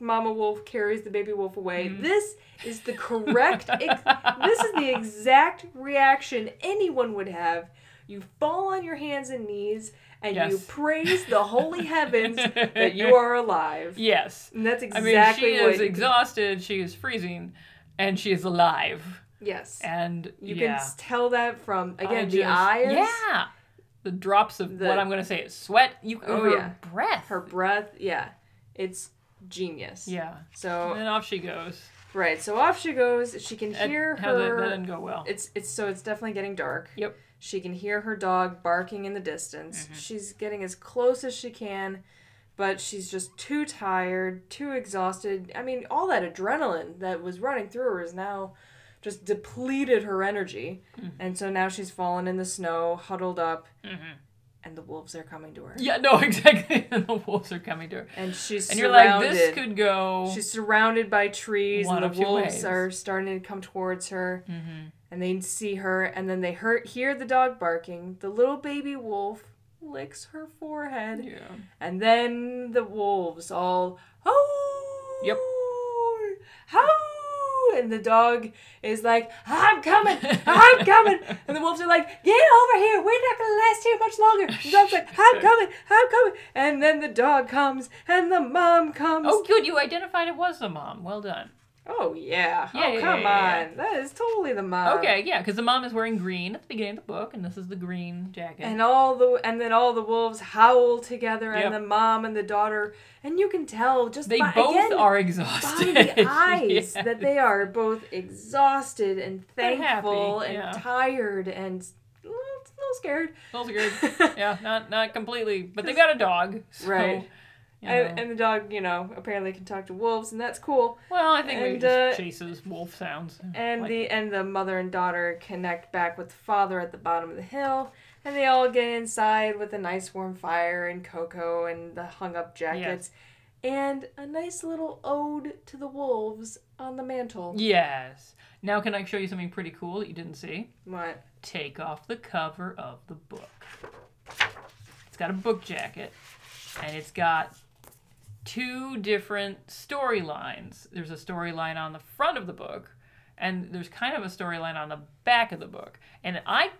S5: Mama Wolf carries the baby wolf away,
S4: Mm-hmm.
S5: this is the correct, ex- this is the exact reaction anyone would have. You fall on your hands and knees and you
S4: Yes.
S5: praise the holy heavens that you are alive.
S4: Yes.
S5: And that's
S4: I
S5: exactly
S4: mean she
S5: what.
S4: is exhausted, she is freezing, and she is alive.
S5: yes.
S4: And
S5: You
S4: uh, yeah.
S5: can s- tell that from,
S4: I
S5: again, the
S4: just-
S5: eyes,
S4: Yeah. The drops of
S5: The-
S4: what I'm gonna say is sweat. You
S5: Oh,
S4: her
S5: yeah.
S4: breath.
S5: her breath. Yeah. It's genius.
S4: Yeah.
S5: So,
S4: And then off she goes.
S5: right. So off she goes. She can
S4: That-
S5: hear
S4: how that,
S5: her.
S4: that didn't go well.
S5: It's it's so it's definitely getting dark.
S4: Yep.
S5: She can hear her dog barking in the distance.
S4: Mm-hmm.
S5: She's getting as close as she can, but she's just too tired, too exhausted. I mean, all that adrenaline that was running through her is now just depleted her energy.
S4: Mm-hmm.
S5: And so now she's fallen in the snow, huddled up, and the wolves are coming to her.
S4: Mm-hmm. Yeah, no, exactly. and the wolves are coming to her.
S5: And she's
S4: And you're
S5: surrounded.
S4: like, this could go.
S5: She's surrounded by trees,
S4: One
S5: and
S4: of
S5: the
S4: two
S5: wolves
S4: ways. Mm-hmm.
S5: are starting to come towards her. And they see her, and then they hear, hear the dog barking. The little baby wolf licks her forehead,
S4: yeah.
S5: and then the wolves all, oh,
S4: Yep.
S5: "Howl!" And the dog is like, I'm coming, I'm coming. And the wolves are like, Get over here, we're not gonna last here much longer. And the dog's like, I'm coming, I'm coming. And then the dog comes, and the mom comes.
S4: Oh, good. You identified it was the mom. Well done.
S5: Oh yeah.
S4: Yeah,
S5: oh
S4: yeah,
S5: come
S4: yeah, yeah,
S5: on. That is totally the mom.
S4: okay, yeah, because the mom is wearing green at the beginning of the book, and this is the green jacket.
S5: And all the and then all the wolves howl together
S4: Yep.
S5: and the mom and the daughter and you can tell just
S4: they
S5: by,
S4: both
S5: again,
S4: are
S5: by
S4: exhausted.
S5: the eyes
S4: Yeah.
S5: that they are both exhausted and
S4: They're happy,
S5: thankful and
S4: yeah.
S5: tired and a little, a little scared.
S4: Those are good. Yeah, not not completely, but they got a dog. So,
S5: Right.
S4: you
S5: And,
S4: know.
S5: and the dog, you know, apparently can talk to wolves and that's cool.
S4: well, I think we
S5: and,
S4: just
S5: uh,
S4: chases wolf sounds.
S5: And
S4: Like-
S5: the and the mother and daughter connect back with the father at the bottom of the hill, and they all get inside with a nice warm fire and cocoa and the hung up jackets, and a nice little ode to the wolves on the mantle.
S4: yes. Now, can I show you something pretty cool that you didn't see?
S5: What?
S4: take off the cover of the book. It's got a book jacket and it's got two different storylines. There's a storyline on the front of the book and there's kind of a storyline on the back of the book. And I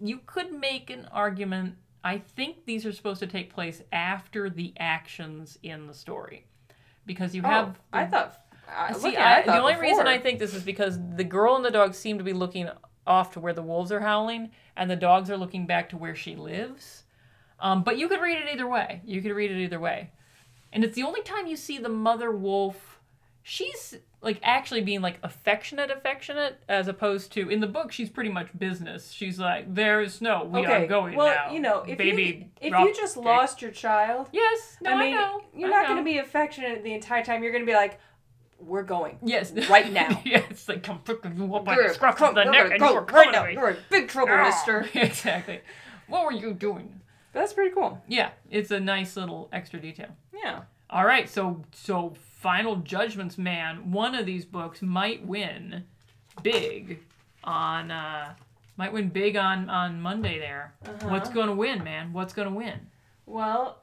S4: you could make an argument I think these are supposed to take place after the actions in the story because you
S5: Oh,
S4: have
S5: I thought. I,
S4: See,
S5: look,
S4: I,
S5: I, thought
S4: the only reason
S5: before.
S4: I think this is because the girl and the dog seem to be looking off to where the wolves are howling, and the dogs are looking back to where she lives. Um, but you could read it either way. You could read it either way, and it's the only time you see the mother wolf. She's like actually being like affectionate, affectionate, as opposed to in the book she's pretty much business. She's like, "There is no, we are going
S5: well,
S4: now."
S5: you know, if
S4: baby,
S5: you, if
S4: drop
S5: you just
S4: kick."
S5: lost your child,
S4: yes, no, I,
S5: I mean,
S4: know,
S5: you're
S4: I
S5: not
S4: know.
S5: going to be affectionate the entire time. You're going to be like, "We're going."
S4: yes
S5: right now.
S4: yeah, it's like come fucking up by the
S5: We're-
S4: scruff
S5: come-
S4: of the
S5: we're
S4: neck,
S5: gonna
S4: and
S5: go
S4: you're
S5: right
S4: coming
S5: now.
S4: to me.
S5: You're in big trouble, Mister.
S4: exactly. What were you doing?
S5: That's pretty cool.
S4: Yeah, it's a nice little extra detail.
S5: Yeah.
S4: All right, so so final judgments, man. One of these books might win big on uh might win big on on Monday there.
S5: Uh-huh.
S4: What's going to win, man? What's going to win?
S5: Well,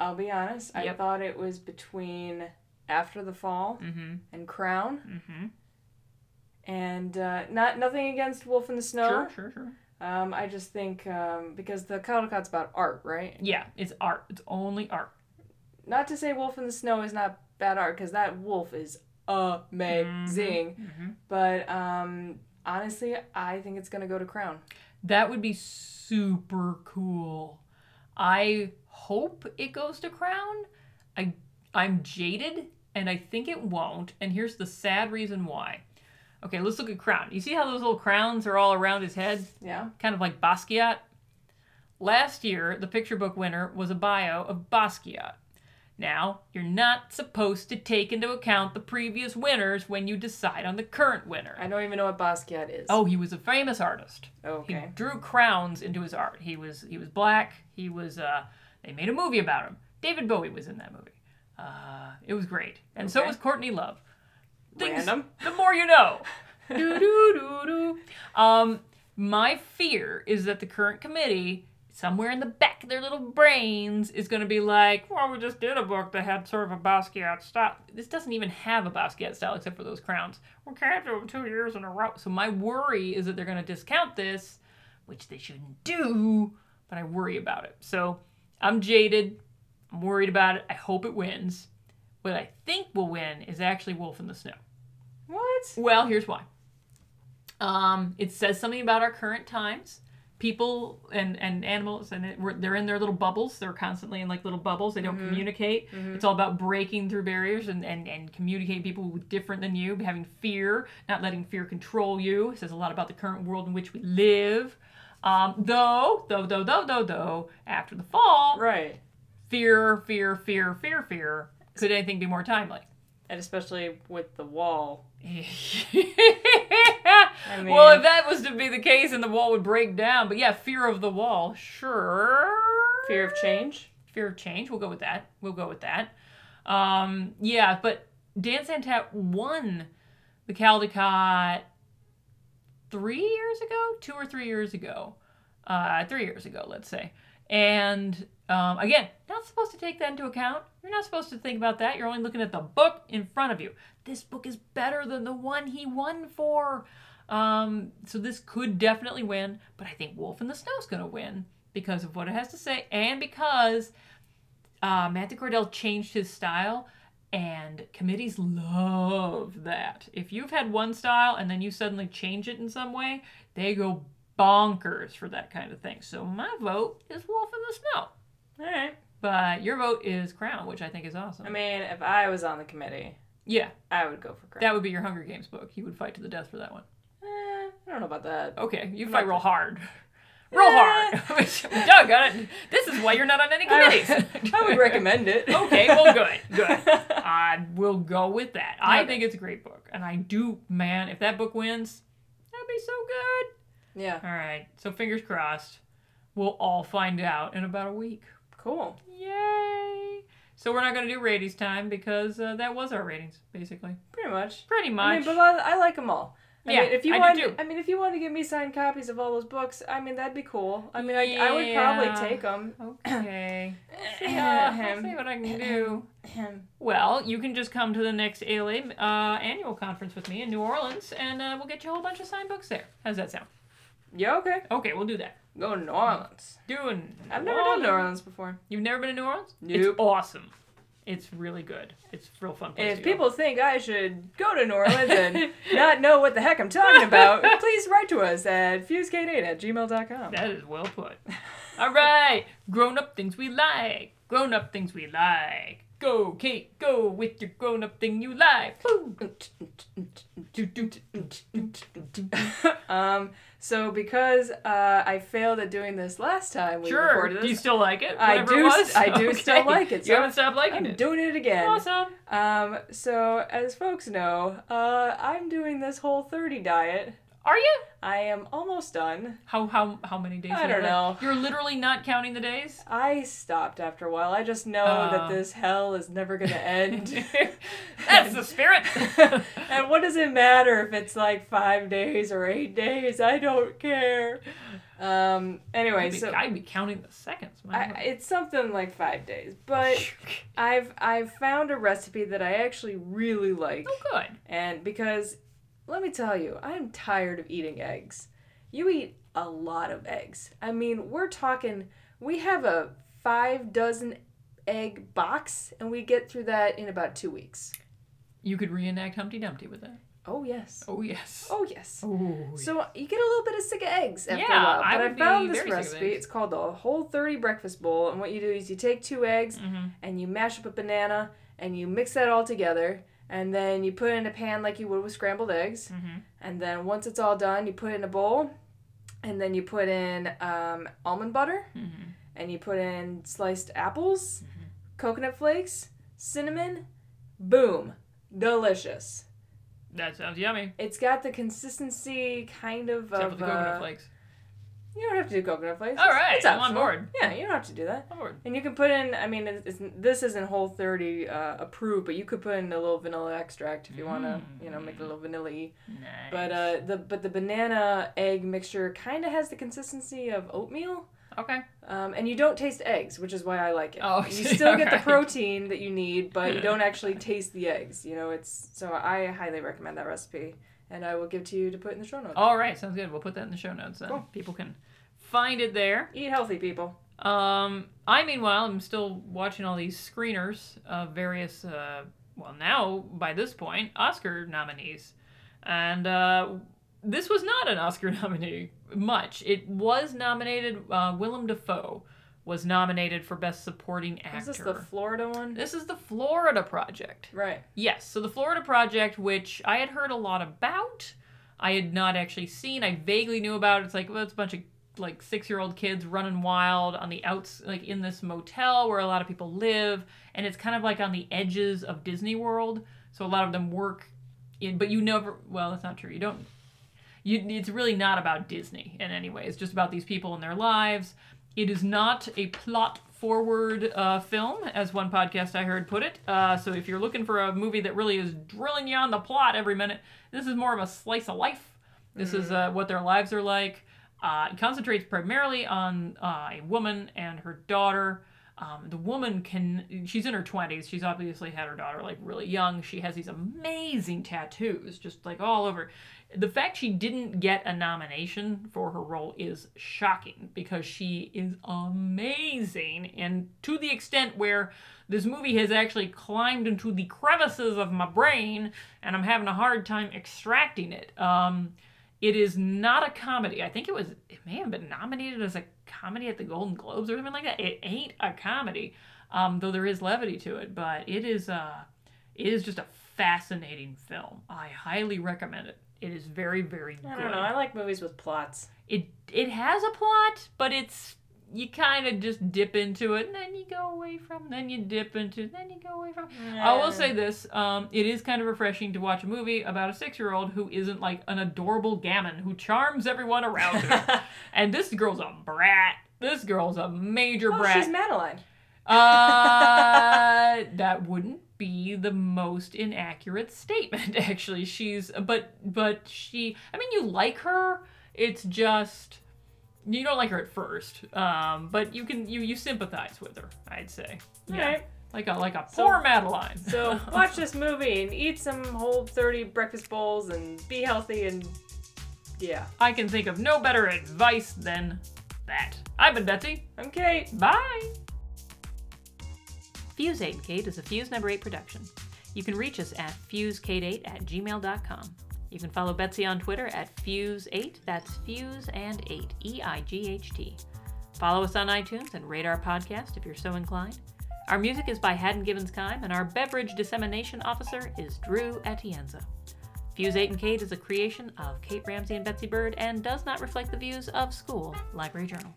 S5: I'll be honest. I
S4: Yep.
S5: thought it was between After the Fall
S4: Mhm.
S5: and Crown,
S4: Mhm.
S5: and uh, not nothing against Wolf in the Snow.
S4: Sure, sure, sure.
S5: Um, I just think um, because the Caldecott's about art, right?
S4: Yeah, it's art. It's only art.
S5: Not to say Wolf in the Snow is not bad art, because that wolf is amazing.
S4: Mm-hmm.
S5: But um, honestly, I think it's gonna go to Crown.
S4: That would be super cool. I hope it goes to Crown. I I'm jaded and I think it won't. And here's the sad reason why. Okay, let's look at Crown. You see how those little crowns are all around his head?
S5: Yeah.
S4: Kind of like Basquiat. Last year, the picture book winner was a bio of Basquiat. Now, you're not supposed to take into account the previous winners when you decide on the current winner.
S5: I don't even know what Basquiat is.
S4: Oh, he was a famous artist. He
S5: Okay.
S4: drew crowns into his art. He was he was black. He was uh they made a movie about him. David Bowie was in that movie. Uh it was great. And so
S5: Okay.
S4: was Courtney Love.
S5: Random.
S4: The more you know. do do do do. Um my fear is that the current committee somewhere in the back of their little brains is going to be like, well, we just did a book that had sort of a Basquiat style. This doesn't even have a Basquiat style except for those crowns. We can't do them two years in a row. So my worry is that they're going to discount this, which they shouldn't do, but I worry about it. So I'm jaded. I'm worried about it. I hope it wins. What I think will win is actually Wolf in the Snow.
S5: What?
S4: Well, here's why. Um, it says something about our current times. People and, and animals and it, we're, they're in their little bubbles. They're constantly in like little bubbles. They don't communicate. It's all about breaking through barriers and, and, and communicating people who are different than you, having fear, not letting fear control you. It says a lot about the current world in which we live. Um, though, though, though, though, though, though, after the fall,
S5: Right.
S4: fear, fear, fear, fear, fear. Could anything be more timely?
S5: And especially with the wall. mean-
S4: well, if that was to be the case, then the wall would break down. But yeah, fear of the wall, sure.
S5: Fear of change.
S4: Fear of change. We'll go with that. We'll go with that. Um, yeah, but Dan Santat won the Caldecott three years ago, two or three years ago, uh, three years ago, let's say. And um, again, not supposed to take that into account. You're not supposed to think about that. You're only looking at the book in front of you. This book is better than the one he won for. Um, so this could definitely win, but I think Wolf in the Snow is going to win because of what it has to say and because uh, Matthew Cordell changed his style, and committees love that. If you've had one style and then you suddenly change it in some way, they go bonkers for that kind of thing. So my vote is Wolf in the Snow,
S5: All right.
S4: but your vote is Crown, which I think is awesome.
S5: I mean, if I was on the committee,
S4: yeah,
S5: I would go for Grant.
S4: that would be your Hunger Games book. You would fight to the death for that one.
S5: Eh, I don't know about that.
S4: Okay, you fight real hard. Real hard. Doug, I- this is why you're not on any
S5: Eh. I
S4: committees.
S5: would, I would recommend it.
S4: okay, well, good, good. I will go with that. I think it's a great book, and I do, man. If that book wins, that'd be so good.
S5: Yeah.
S4: All right, so fingers crossed. We'll all find out in about a week.
S5: Cool.
S4: Yay! So we're not gonna do ratings time because uh, that was our ratings, basically,
S5: Pretty much.
S4: pretty much.
S5: I mean, but I, I like them all. I
S4: Yeah,
S5: mean, if you
S4: I do
S5: want,
S4: too.
S5: I mean, if you want to give me signed copies of all those books, I mean, that'd be cool. I mean, I, I would
S4: Yeah.
S5: probably take them.
S4: okay. See, uh, I'll see what I can do. Well, you can just come to the next ALA uh, annual conference with me in New Orleans, and uh, we'll get you a whole bunch of signed books there. How's that sound?
S5: Yeah, okay.
S4: Okay, we'll do that.
S5: Go to New Orleans.
S4: Doing.
S5: I've never done New Orleans before.
S4: You've never been to New Orleans?
S5: Nope.
S4: It's awesome. It's really good. It's a real fun place.
S5: If
S4: to go.
S5: people think I should go to New Orleans and not know what the heck I'm talking about, please write to us at fusek8 at gmail.com.
S4: That is well put. All right, grown up things we like. Grown up things we like. Go, Kate, go with your grown up thing you like. Woo.
S5: um, so because uh, I failed at doing this last time we
S4: Sure.
S5: recorded
S4: Do you
S5: this,
S4: still like it?
S5: I
S4: Whatever
S5: do
S4: It was?
S5: st- I do still like it,
S4: you
S5: so
S4: haven't stopped liking
S5: I'm
S4: it.
S5: doing it again.
S4: awesome.
S5: Um, so as folks know, uh, I'm doing this whole 30 diet.
S4: Are you?
S5: I am almost done.
S4: How how how many days?
S5: I
S4: are
S5: don't
S4: left?
S5: know.
S4: You're literally not counting the days.
S5: I stopped after a while. I just know
S4: Oh.
S5: that this hell is never gonna end.
S4: That's the spirit.
S5: and what does it matter if it's like five days or eight days? I don't care. Um. Anyway,
S4: I'd be,
S5: so
S4: I'd be counting the seconds. My
S5: I,
S4: God.
S5: it's something like five days, but I've I've found a recipe that I actually really like.
S4: oh, good.
S5: And because, let me tell you, I'm tired of eating eggs. You eat a lot of eggs. I mean, we're talking, we have a five dozen egg box, and we get through that in about two weeks.
S4: You could reenact Humpty Dumpty with that.
S5: Oh, yes.
S4: Oh yes.
S5: Oh, yes.
S4: Oh.
S5: So you get a little bit of sick of eggs after
S4: Yeah,
S5: a while. But
S4: I
S5: I,
S4: would be
S5: found this
S4: very sick of
S5: recipe.
S4: eggs.
S5: It's called the Whole 30 Breakfast Bowl. And what you do is you take two eggs
S4: Mm-hmm.
S5: and you mash up a banana and you mix that all together. And then you put it in a pan like you would with scrambled eggs.
S4: Mm-hmm.
S5: And then once it's all done, you put it in a bowl. And then you
S4: Mm-hmm.
S5: put in um, almond butter. And you put in sliced apples. coconut flakes, cinnamon, boom, delicious.
S4: That sounds yummy.
S5: It's got the consistency kind of
S4: Except
S5: of
S4: for the coconut
S5: uh,
S4: flakes.
S5: You don't have to do coconut flakes.
S4: All
S5: It's-
S4: right,
S5: it's
S4: I'm on
S5: optional.
S4: board.
S5: Yeah, you don't have to do that.
S4: I'm bored.
S5: And you can put in, I mean, it's, it's, this isn't Whole 30 uh, approved, but you could put in a little vanilla extract if you want to, you know, make it a little vanilla-y.
S4: Nice.
S5: But uh, the but the banana egg mixture kind of has the consistency of oatmeal,
S4: okay.
S5: um, and you don't taste eggs, which is why I like it.
S4: Oh,
S5: you still get the
S4: alright.
S5: protein that you need, but you don't actually taste the eggs. You know, it's so I highly recommend that recipe, and I will give to you to put in the show notes.
S4: All right, sounds good. We'll put that in the show notes then. People can find it there.
S5: Eat healthy, people.
S4: Um, I meanwhile am still watching all these screeners of various, uh, well now by this point, Oscar nominees, and uh, this was not an Oscar nominee much. It was nominated. Uh, Willem Dafoe was nominated for Best Supporting
S5: Is
S4: Actor.
S5: this the Florida one?
S4: This is the Florida Project.
S5: Right.
S4: Yes, so the Florida Project, which I had heard a lot about, I had not actually seen. I vaguely knew about. It. It's like well, it's a bunch of like six-year-old kids running wild on the outs, like in this motel where a lot of people live, and it's kind of like on the edges of Disney World. So a lot of them work in, but you never. Well, that's not true. You don't. You, it's really not about Disney in any way. It's just about these people and their lives. It is not a plot forward uh, film, as one podcast I heard put it. Uh, so if you're looking for a movie that really is drilling you on the plot every minute, this is more of a slice of life. This is uh, what their lives are like. Uh, it concentrates primarily on uh, a woman and her daughter. Um, the woman can, she's in her 20s. She's obviously had her daughter like really young. She has these amazing tattoos just like all over. The fact she didn't get a nomination for her role is shocking because she is amazing. And to the extent where this movie has actually climbed into the crevices of my brain and I'm having a hard time extracting it. Um, it is not a comedy. I think it was it may have been nominated as a comedy at the Golden Globes or something like that. It ain't a comedy, um, though there is levity to it. But it is uh, it is just a fascinating film. I highly recommend it. It is very very good.
S5: I don't know. I like movies with plots.
S4: It it has a plot, but it's you kind of just dip into it and then you go away from then you dip into then you go away from i will say this um, it is kind of refreshing to watch a movie about a six-year-old who isn't like an adorable gammon who charms everyone around her and this girl's a brat this girl's a major
S5: Oh,
S4: brat
S5: she's Madeline.
S4: uh, that wouldn't be the most inaccurate statement actually she's but but she i mean you like her it's just you don't like her at first um but you can you you sympathize with her i'd say yeah
S5: Alright.
S4: like a like a poor madeline
S5: So watch this movie and eat some whole 30 breakfast bowls and be healthy and yeah.
S4: i can think of no better advice than that i've been betsy
S5: I'm Kate.
S4: Bye. Fuse 8 and Kate is a Fuse Number 8 production. You can reach us at fusekate8 at gmail.com. You can follow Betsy on Twitter at Fuse8, that's Fuse and 8, E I G H T. Follow us on iTunes and rate our podcast if you're so inclined. Our music is by Haddon Gibbons Kime, and our beverage dissemination officer is Drew Atienza. Fuse 8 and Kate is a creation of Kate Ramsey and Betsy Bird and does not reflect the views of School Library Journal.